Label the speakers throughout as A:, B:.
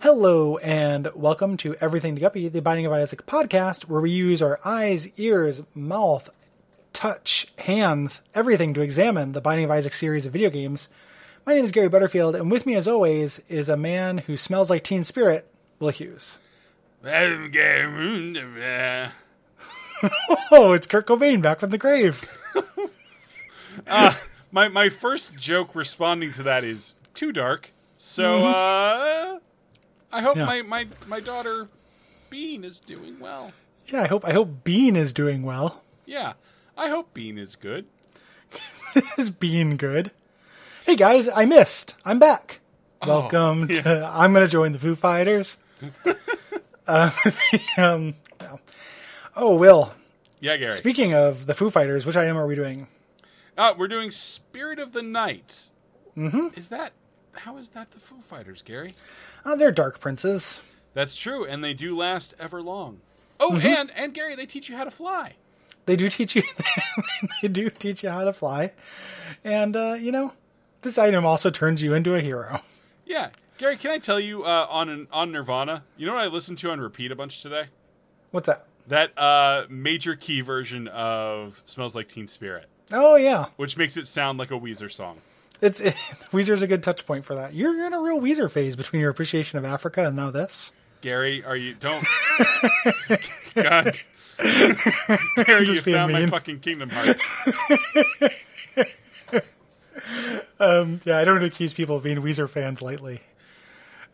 A: Hello, and welcome to Everything to Guppy, the Binding of Isaac podcast, where we use our eyes, ears, mouth, touch, hands, everything to examine the Binding of Isaac series of video games. My name is Gary Butterfield, and with me, as always, is a man who smells like Teen Spirit, Will Hughes.
B: Ah,
A: Oh, it's Kurt Cobain back from the grave.
B: my my first joke responding to that is too dark. So uh, I hope
A: Mm-hmm. Yeah.
B: my, my my daughter Bean is doing well.
A: Yeah, I hope I hope Bean is doing well.
B: Yeah, I hope Bean is good.
A: is Bean good? Hey guys, I missed. I'm back. Oh. Welcome to. I'm going to join the Foo Fighters. uh, um, no. Oh, Will.
B: Yeah, Gary.
A: Speaking of the Foo Fighters, which item are we doing?
B: uh, we're doing Spirit of the Night. Mm-hmm. Is that how is that the Foo Fighters, Gary?
A: Uh, they're Dark Princes.
B: That's true, and they do last ever long. Oh,
A: Mm-hmm.
B: and and Gary, they teach you how to fly.
A: They do teach you. they do teach you how to fly, and uh, you know, this item also turns you into a hero.
B: Yeah, Gary, can I tell you uh, on on Nirvana? You know what I listened to on repeat a bunch today?
A: What's that?
B: That uh, major key version of "Smells Like Teen Spirit,"
A: Oh yeah,
B: which makes it sound like a Weezer song.
A: it's Weezer's a good touch point for that. You're, you're in a real Weezer phase between your appreciation of Africa and now this.
B: Gary, are you? Don't. God. Gary, you
A: Just being
B: found my
A: mean.
B: fucking Kingdom Hearts.
A: Yeah, I don't accuse people of being Weezer fans lightly.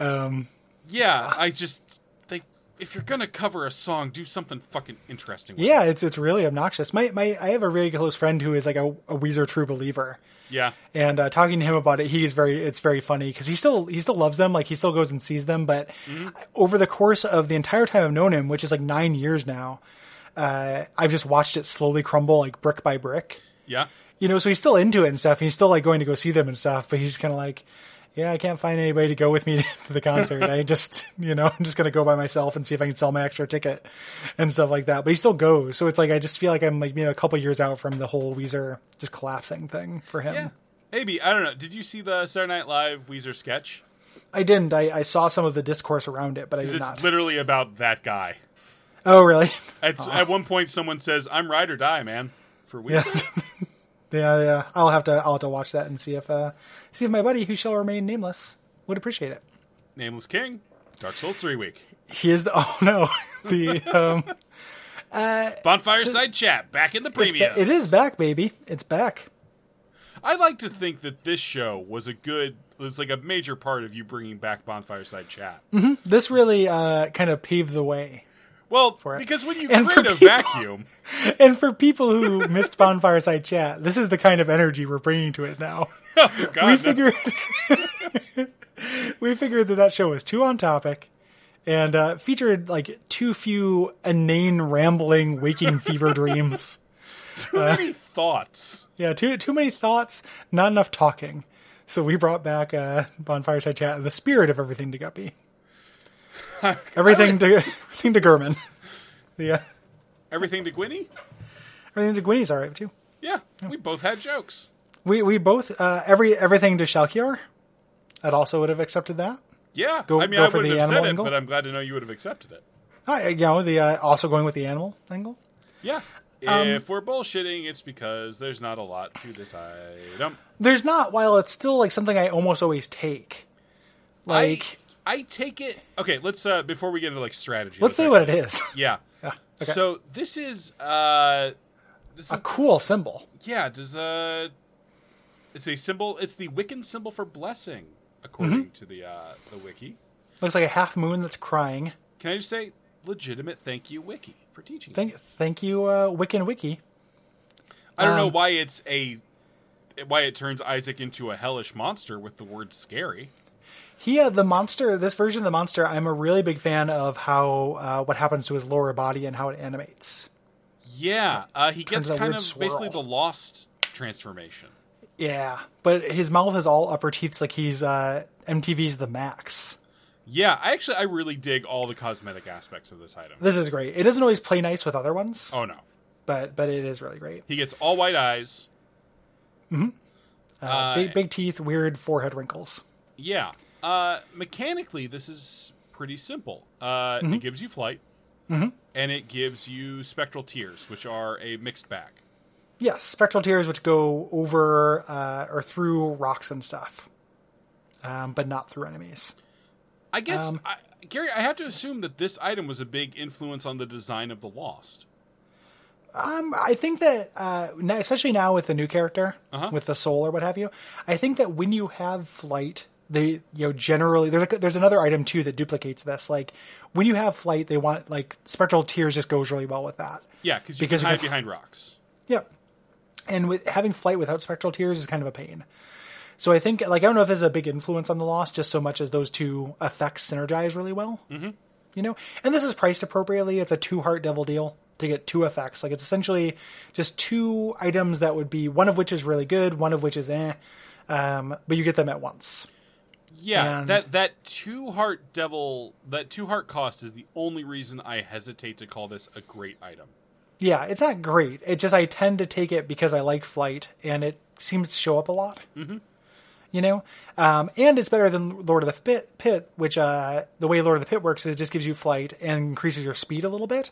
B: Yeah, I just think if you're gonna cover a song, do something fucking interesting. With
A: Yeah, it's it's really obnoxious. My my I have a very close friend who is like a, a Weezer true believer,
B: It. Yeah.
A: and uh, talking to him about it, he's very it's very funny because he still he still loves them, like he still goes and sees them. But over the course of the entire time I've known him, which is like nine years now, uh, I've just watched it slowly crumble like brick by brick.
B: Yeah.
A: You know, so he's still into it and stuff. And he's still like going to go see them and stuff, but he's kind of like. Yeah, I can't find anybody to go with me to the concert. I just, you know, I'm just gonna go by myself and see if I can sell my extra ticket and stuff like that. But he still goes, so it's like I just feel like I'm like you know a couple years out from the whole Weezer just collapsing thing for him.
B: Yeah. Maybe I don't know. Did you see the Saturday Night Live Weezer sketch?
A: I didn't. I, I saw some of the discourse around it, but I
B: 'Cause
A: did
B: It's
A: not.
B: literally about that guy.
A: oh, really?
B: At, at one point, someone says, "I'm ride or die, man." For
A: Yeah.
B: Weezer.
A: yeah, yeah. I'll have to. I'll have to watch that and see if uh see if my buddy, who shall remain nameless, would appreciate it.
B: Nameless King, Dark Souls three week,
A: He is the. Oh no, the um.
B: Bonfire Side Chat back in the premium.
A: It is back, baby. It's back.
B: I like to think that this show was a good, was like a major part of you bringing back Bonfire Side Chat.
A: Mm. This really uh kind of paved the way
B: Well,
A: it.
B: because when you
A: And for
B: create a
A: people-
B: vacuum,
A: And for people who missed Bonfireside Chat, this is the kind of energy we're bringing to it now.
B: oh
A: We
B: God, no.
A: figured we figured that that show was too on topic and uh, featured like too few inane rambling waking fever dreams.
B: too
A: uh,
B: many thoughts.
A: Yeah, too too many thoughts, not enough talking. So we brought back uh, Bonfireside Chat, the spirit of everything to Guppy, everything to everything to Gurman. Yeah,
B: Everything to Gwynny.
A: everything to Gwynny's alright too.
B: Yeah, we both had jokes.
A: We we both uh, every everything to Shalkiar. I'd also would have accepted that.
B: Yeah,
A: Go-
B: I mean,
A: go
B: I
A: for
B: wouldn't
A: the
B: have said
A: animal
B: it,
A: angle?
B: but I'm glad to know you would have accepted it.
A: Uh, you know the uh, also going with the animal angle.
B: Yeah.
A: Um,
B: if we're bullshitting, it's because there's not a lot to this item.
A: There's not while it's still like something I almost always take. Like
B: I, I take it. Okay, let's uh before we get into like strategy.
A: let's say
B: actually-
A: what it is.
B: Yeah.
A: okay.
B: So this is uh this
A: a
B: is,
A: cool symbol.
B: yeah, does uh it's a symbol it's the Wiccan symbol for blessing, according
A: Mm-hmm.
B: to the uh the wiki.
A: Looks like a half moon that's crying.
B: Can I just say legitimate thank you wiki for teaching.
A: Thank thank you uh, Wiccan Wiki.
B: I don't know
A: um,
B: why it's a why it turns Isaac into a hellish monster with the word scary.
A: He uh, the monster. This version of the monster. I'm a really big fan of how uh, what happens to his lower body and how it animates.
B: Yeah, uh, he
A: Turns
B: gets
A: that
B: kind
A: weird
B: of basically the
A: swirl.
B: lost transformation.
A: Yeah, but his mouth is all upper teeth, like he's uh, MTV's the max.
B: Yeah, I actually I really dig all the cosmetic aspects of this item.
A: This is great. It doesn't always play nice with other ones,
B: Oh no.
A: but but it is really great.
B: He gets all white eyes.
A: Uh, big big teeth, weird forehead wrinkles.
B: Yeah. Uh mechanically this is pretty simple. Uh,
A: Mm-hmm.
B: It gives you flight, and it gives you spectral tears, which are a mixed bag.
A: Yes, spectral tears which go over uh, or through rocks and stuff, um, but not through enemies.
B: I guess,
A: Um,
B: I, Gary, I have to assume that this item was a big influence on the design of the Lost.
A: Um, I think that uh, now, especially now with the new character,
B: Uh-huh.
A: with the soul or what have you, I think that when you have flight, they you know generally there's like, there's another item too that duplicates this. Like when you have flight, they want like spectral tears just goes really well with that.
B: Yeah, because you
A: Because you
B: can hide
A: can-
B: behind rocks.
A: Yep. And with having flight without spectral tears is kind of a pain. So I think like I don't know if there's a big influence on the loss, just so much as those two effects synergize really well. Mm-hmm. You know, and this is priced appropriately. It's a two heart devil deal to get two effects. Like it's essentially just two items that would be one of which is really good, one of which is eh. Um, but you get them at once.
B: Yeah,
A: And-
B: that that two heart devil, that two heart cost is the only reason I hesitate to call this a great item.
A: Yeah, it's not great. It just I tend to take it because I like flight, and it seems to show up a lot. Mm-hmm. You know, um, and it's better than Lord of the Pit, Pit which uh, the way Lord of the Pit works is it just gives you flight and increases your speed a little bit,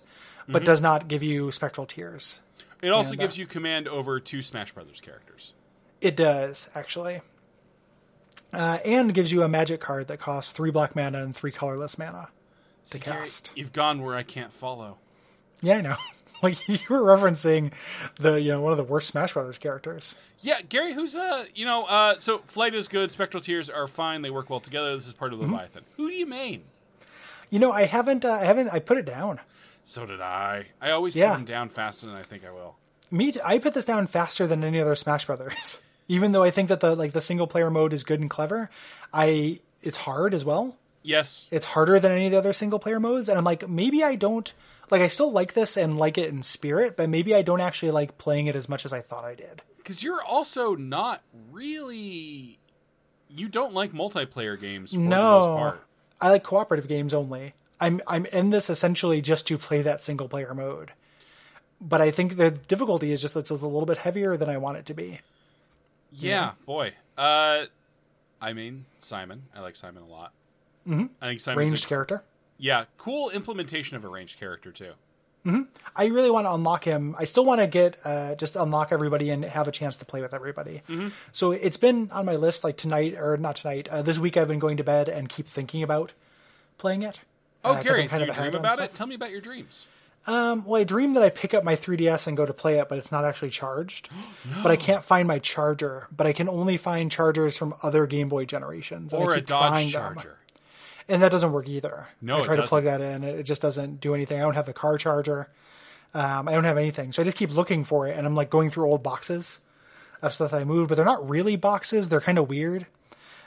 A: but does not give you spectral tears.
B: It also
A: And, uh,
B: gives you command over two Smash Brothers characters.
A: It does actually, uh, and gives you a magic card that costs three black mana and three colorless mana to
B: See, Gary,
A: cast.
B: You've gone where I can't follow.
A: Yeah, I know. like you were referencing the you know one of the worst Smash Brothers characters.
B: Yeah, Gary, who's uh, you know, uh, so flight is good. Spectral tears are fine. They work well together. This is part
A: Mm-hmm.
B: of Leviathan. Who do you main?
A: You know, I haven't. Uh, I haven't. I put it down.
B: So did I. I always
A: Yeah.
B: put them down faster than I think I will.
A: Me, t- I put this down faster than any other Smash Brothers. Even though I think that the like the single player mode is good and clever, I it's hard as well.
B: Yes,
A: It's harder than any of the other single player modes, and I'm like, maybe I don't like. I still like this and like it in spirit, but maybe I don't actually like playing it as much as I thought I did.
B: because you're also not really. You don't like multiplayer games for the most
A: No,
B: part.
A: I like cooperative games only. I'm I'm in this essentially just to play that single player mode, but I think the difficulty is just that it's a little bit heavier than I want it to be.
B: Yeah, boy. Uh, I mean Simon. I like Simon a lot. Mm-hmm. I think Simon's
A: Ranged
B: a,
A: character.
B: Yeah, cool implementation of a ranged character too.
A: I really want to unlock him. I still want to get uh, just unlock everybody and have a chance to play with everybody.
B: Mm-hmm.
A: So it's been on my list like tonight or not tonight. Uh, this week I've been going to bed and keep thinking about playing it.
B: Oh,
A: Uh, 'cause
B: Gary,
A: I'm kind
B: do you
A: of ahead
B: dream
A: on
B: about
A: stuff.
B: it? Tell me about your dreams.
A: Um, well, I dream that I pick up my 3DS and go to play it, but it's not actually charged. But I can't find my charger. But I can only find chargers from other Game Boy generations. and I
B: Or a
A: keep trying
B: Dodge
A: them.
B: Charger.
A: and that doesn't work either.
B: No,
A: I
B: it
A: try to
B: doesn't.
A: plug that in, it just doesn't do anything. I don't have the car charger. Um, I don't have anything, so I just keep looking for it, and I'm like going through old boxes of stuff I moved, but they're not really boxes; they're kind of weird.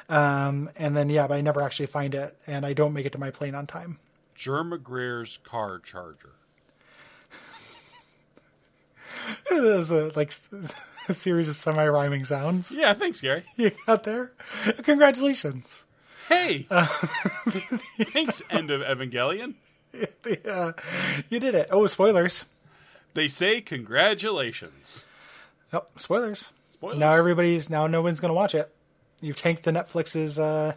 A: Um, and then yeah, but I never actually find it, and I don't make it to my plane on time.
B: Germ McGreer's car charger.
A: There's a like a series of semi rhyming sounds
B: Yeah, thanks, Gary.
A: you got there. Congratulations.
B: Hey, thanks. End of Evangelion.
A: Yeah, you did it. Oh, spoilers.
B: They say congratulations.
A: Oh, spoilers.
B: Spoilers.
A: Now everybody's now no one's going to watch it. You've tanked the Netflix's uh,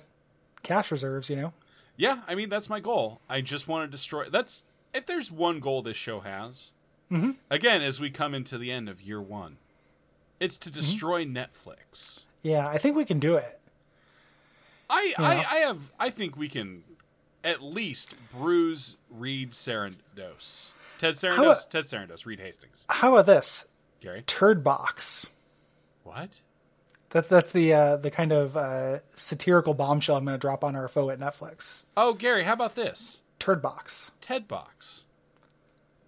A: cash reserves, you know.
B: yeah, I mean that's my goal. I just want to destroy. That's if there's one goal this show has. Again, as we come into the end of year one, it's to destroy Netflix.
A: Yeah, I think we can do it.
B: I, I, I have. I think we can at least bruise Reed Sarandos. Ted Sarandos.
A: a-
B: Ted Sarandos. Reed Hastings.
A: How about this
B: Gary.
A: turd box?
B: What?
A: That's that's the uh, the kind of uh, satirical bombshell I'm going to drop on our foe at Netflix.
B: Oh, Gary. How about this?
A: Turd box,
B: Ted box.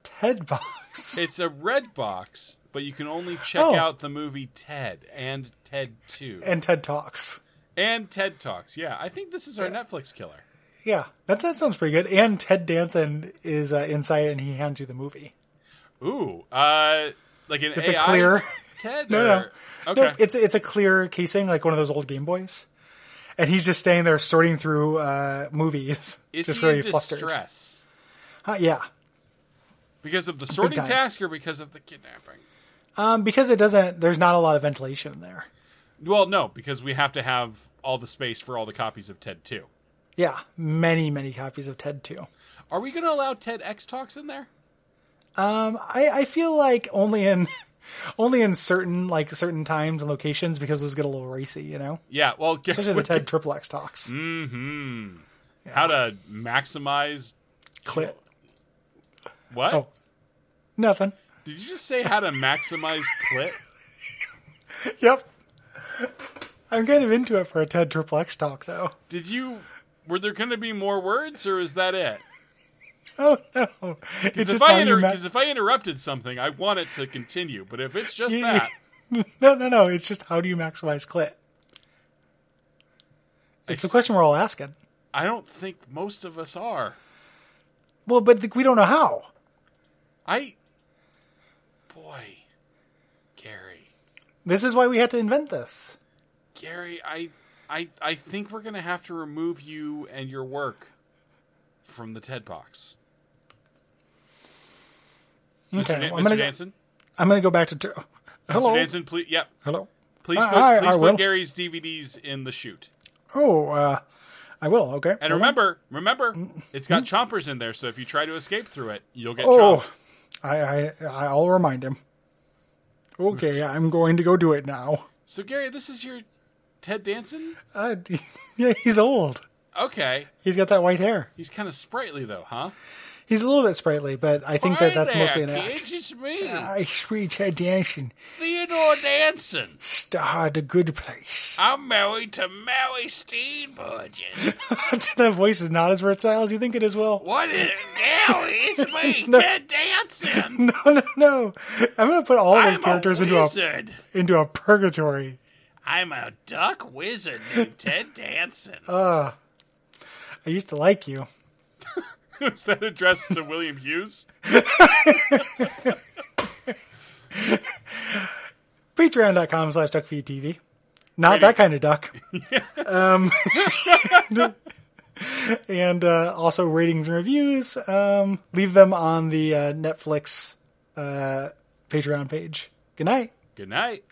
A: Ted box.
B: It's a red box, but you can only check
A: Oh.
B: out the movie Ted and Ted 2 and,
A: and TED talks.
B: Ted Talks. Yeah, I think this is our Netflix killer.
A: Yeah, that that sounds pretty good. And Ted Danson is uh, inside and he hands you the movie.
B: Ooh, uh, like an
A: It's
B: AI
A: a clear.
B: Ted.
A: No, no.
B: or- Okay.
A: No, it's it's a clear casing, like one of those old Game Boys, and he's just staying there sorting through uh, movies,
B: is
A: just
B: he
A: really
B: in
A: flustered.
B: distress
A: Huh, yeah,
B: because of the sorting
A: time.
B: task or because of the kidnapping?
A: um, because it doesn't. There's not a lot of ventilation in there.
B: Well, no, because we have to have all the space for all the copies of Ted Two.
A: Yeah, many many copies of Ted Two.
B: Are we going to allow TEDx talks in there?
A: Um, I I feel like only in only in certain like certain times and locations because those get a little racy, you know.
B: Yeah. Well, get,
A: Especially the TED Triple X talks.
B: Mm-hmm. How to maximize
A: Clit.
B: what?
A: Oh. Nothing.
B: Did you just say how to maximize clit?
A: Yep. I'm kind of into it for a TED Triple X talk though.
B: Did you? Were there going to be more words, or is that it?
A: Oh no! It's
B: Because if,
A: how
B: I
A: you
B: inter-
A: ma-
B: 'cause if I interrupted something, I want it to continue. But if it's just
A: You-
B: that,
A: No, no, no. It's just how do you maximize clit? It's the
B: s-
A: question we're all asking.
B: I don't think most of us are.
A: Well, but th- we don't know how.
B: I, boy, Gary,
A: This is why we had to invent this.
B: Gary, I, I, I think we're gonna have to remove you and your work from the TED Box, Mr. Dan-
A: well,
B: Mr.
A: I'm gonna, go,
B: Danson.
A: I'm gonna go back to. T-
B: Mr.
A: Hello.
B: Danson, please, yep,
A: Hello.
B: please,
A: I-
B: put,
A: I-
B: please
A: I
B: put
A: will.
B: Gary's DVDs in the chute.
A: Oh, uh, I will. Okay.
B: And
A: Hold on.
B: remember, remember,
A: Mm-hmm.
B: it's got chompers in there, so if you try to escape through it, you'll get chomped.
A: Oh, I, I, I'll remind him. Okay, I'm going to go do it now.
B: So Gary, this is your Ted Danson?
A: Uh, yeah, he's old.
B: Okay.
A: He's got that white hair.
B: He's kind of sprightly though, huh?
A: He's a little bit sprightly, but I think
B: Hi
A: that that's
B: there,
A: mostly an
B: kids.
A: act.
B: It's me,
A: I sweet Ted Danson,
B: Theodore Danson.
A: star of the good place.
B: I'm married to Mary Steenburgen.
A: that voice is not as versatile as you think it is, Will.
B: What is Gary? It's me, Ted Danson.
A: No, no, no. I'm going to put all of those
B: I'm a
A: characters into a,
B: wizard.
A: into a purgatory.
B: I'm a duck wizard named Ted Danson.
A: Uh, I used to like you.
B: is that addressed to William Hughes?
A: patreon.com slash duckfeedtv not that kind of duck um, and uh, also ratings and reviews um, leave them on the uh, netflix uh, patreon page good night
B: Good night.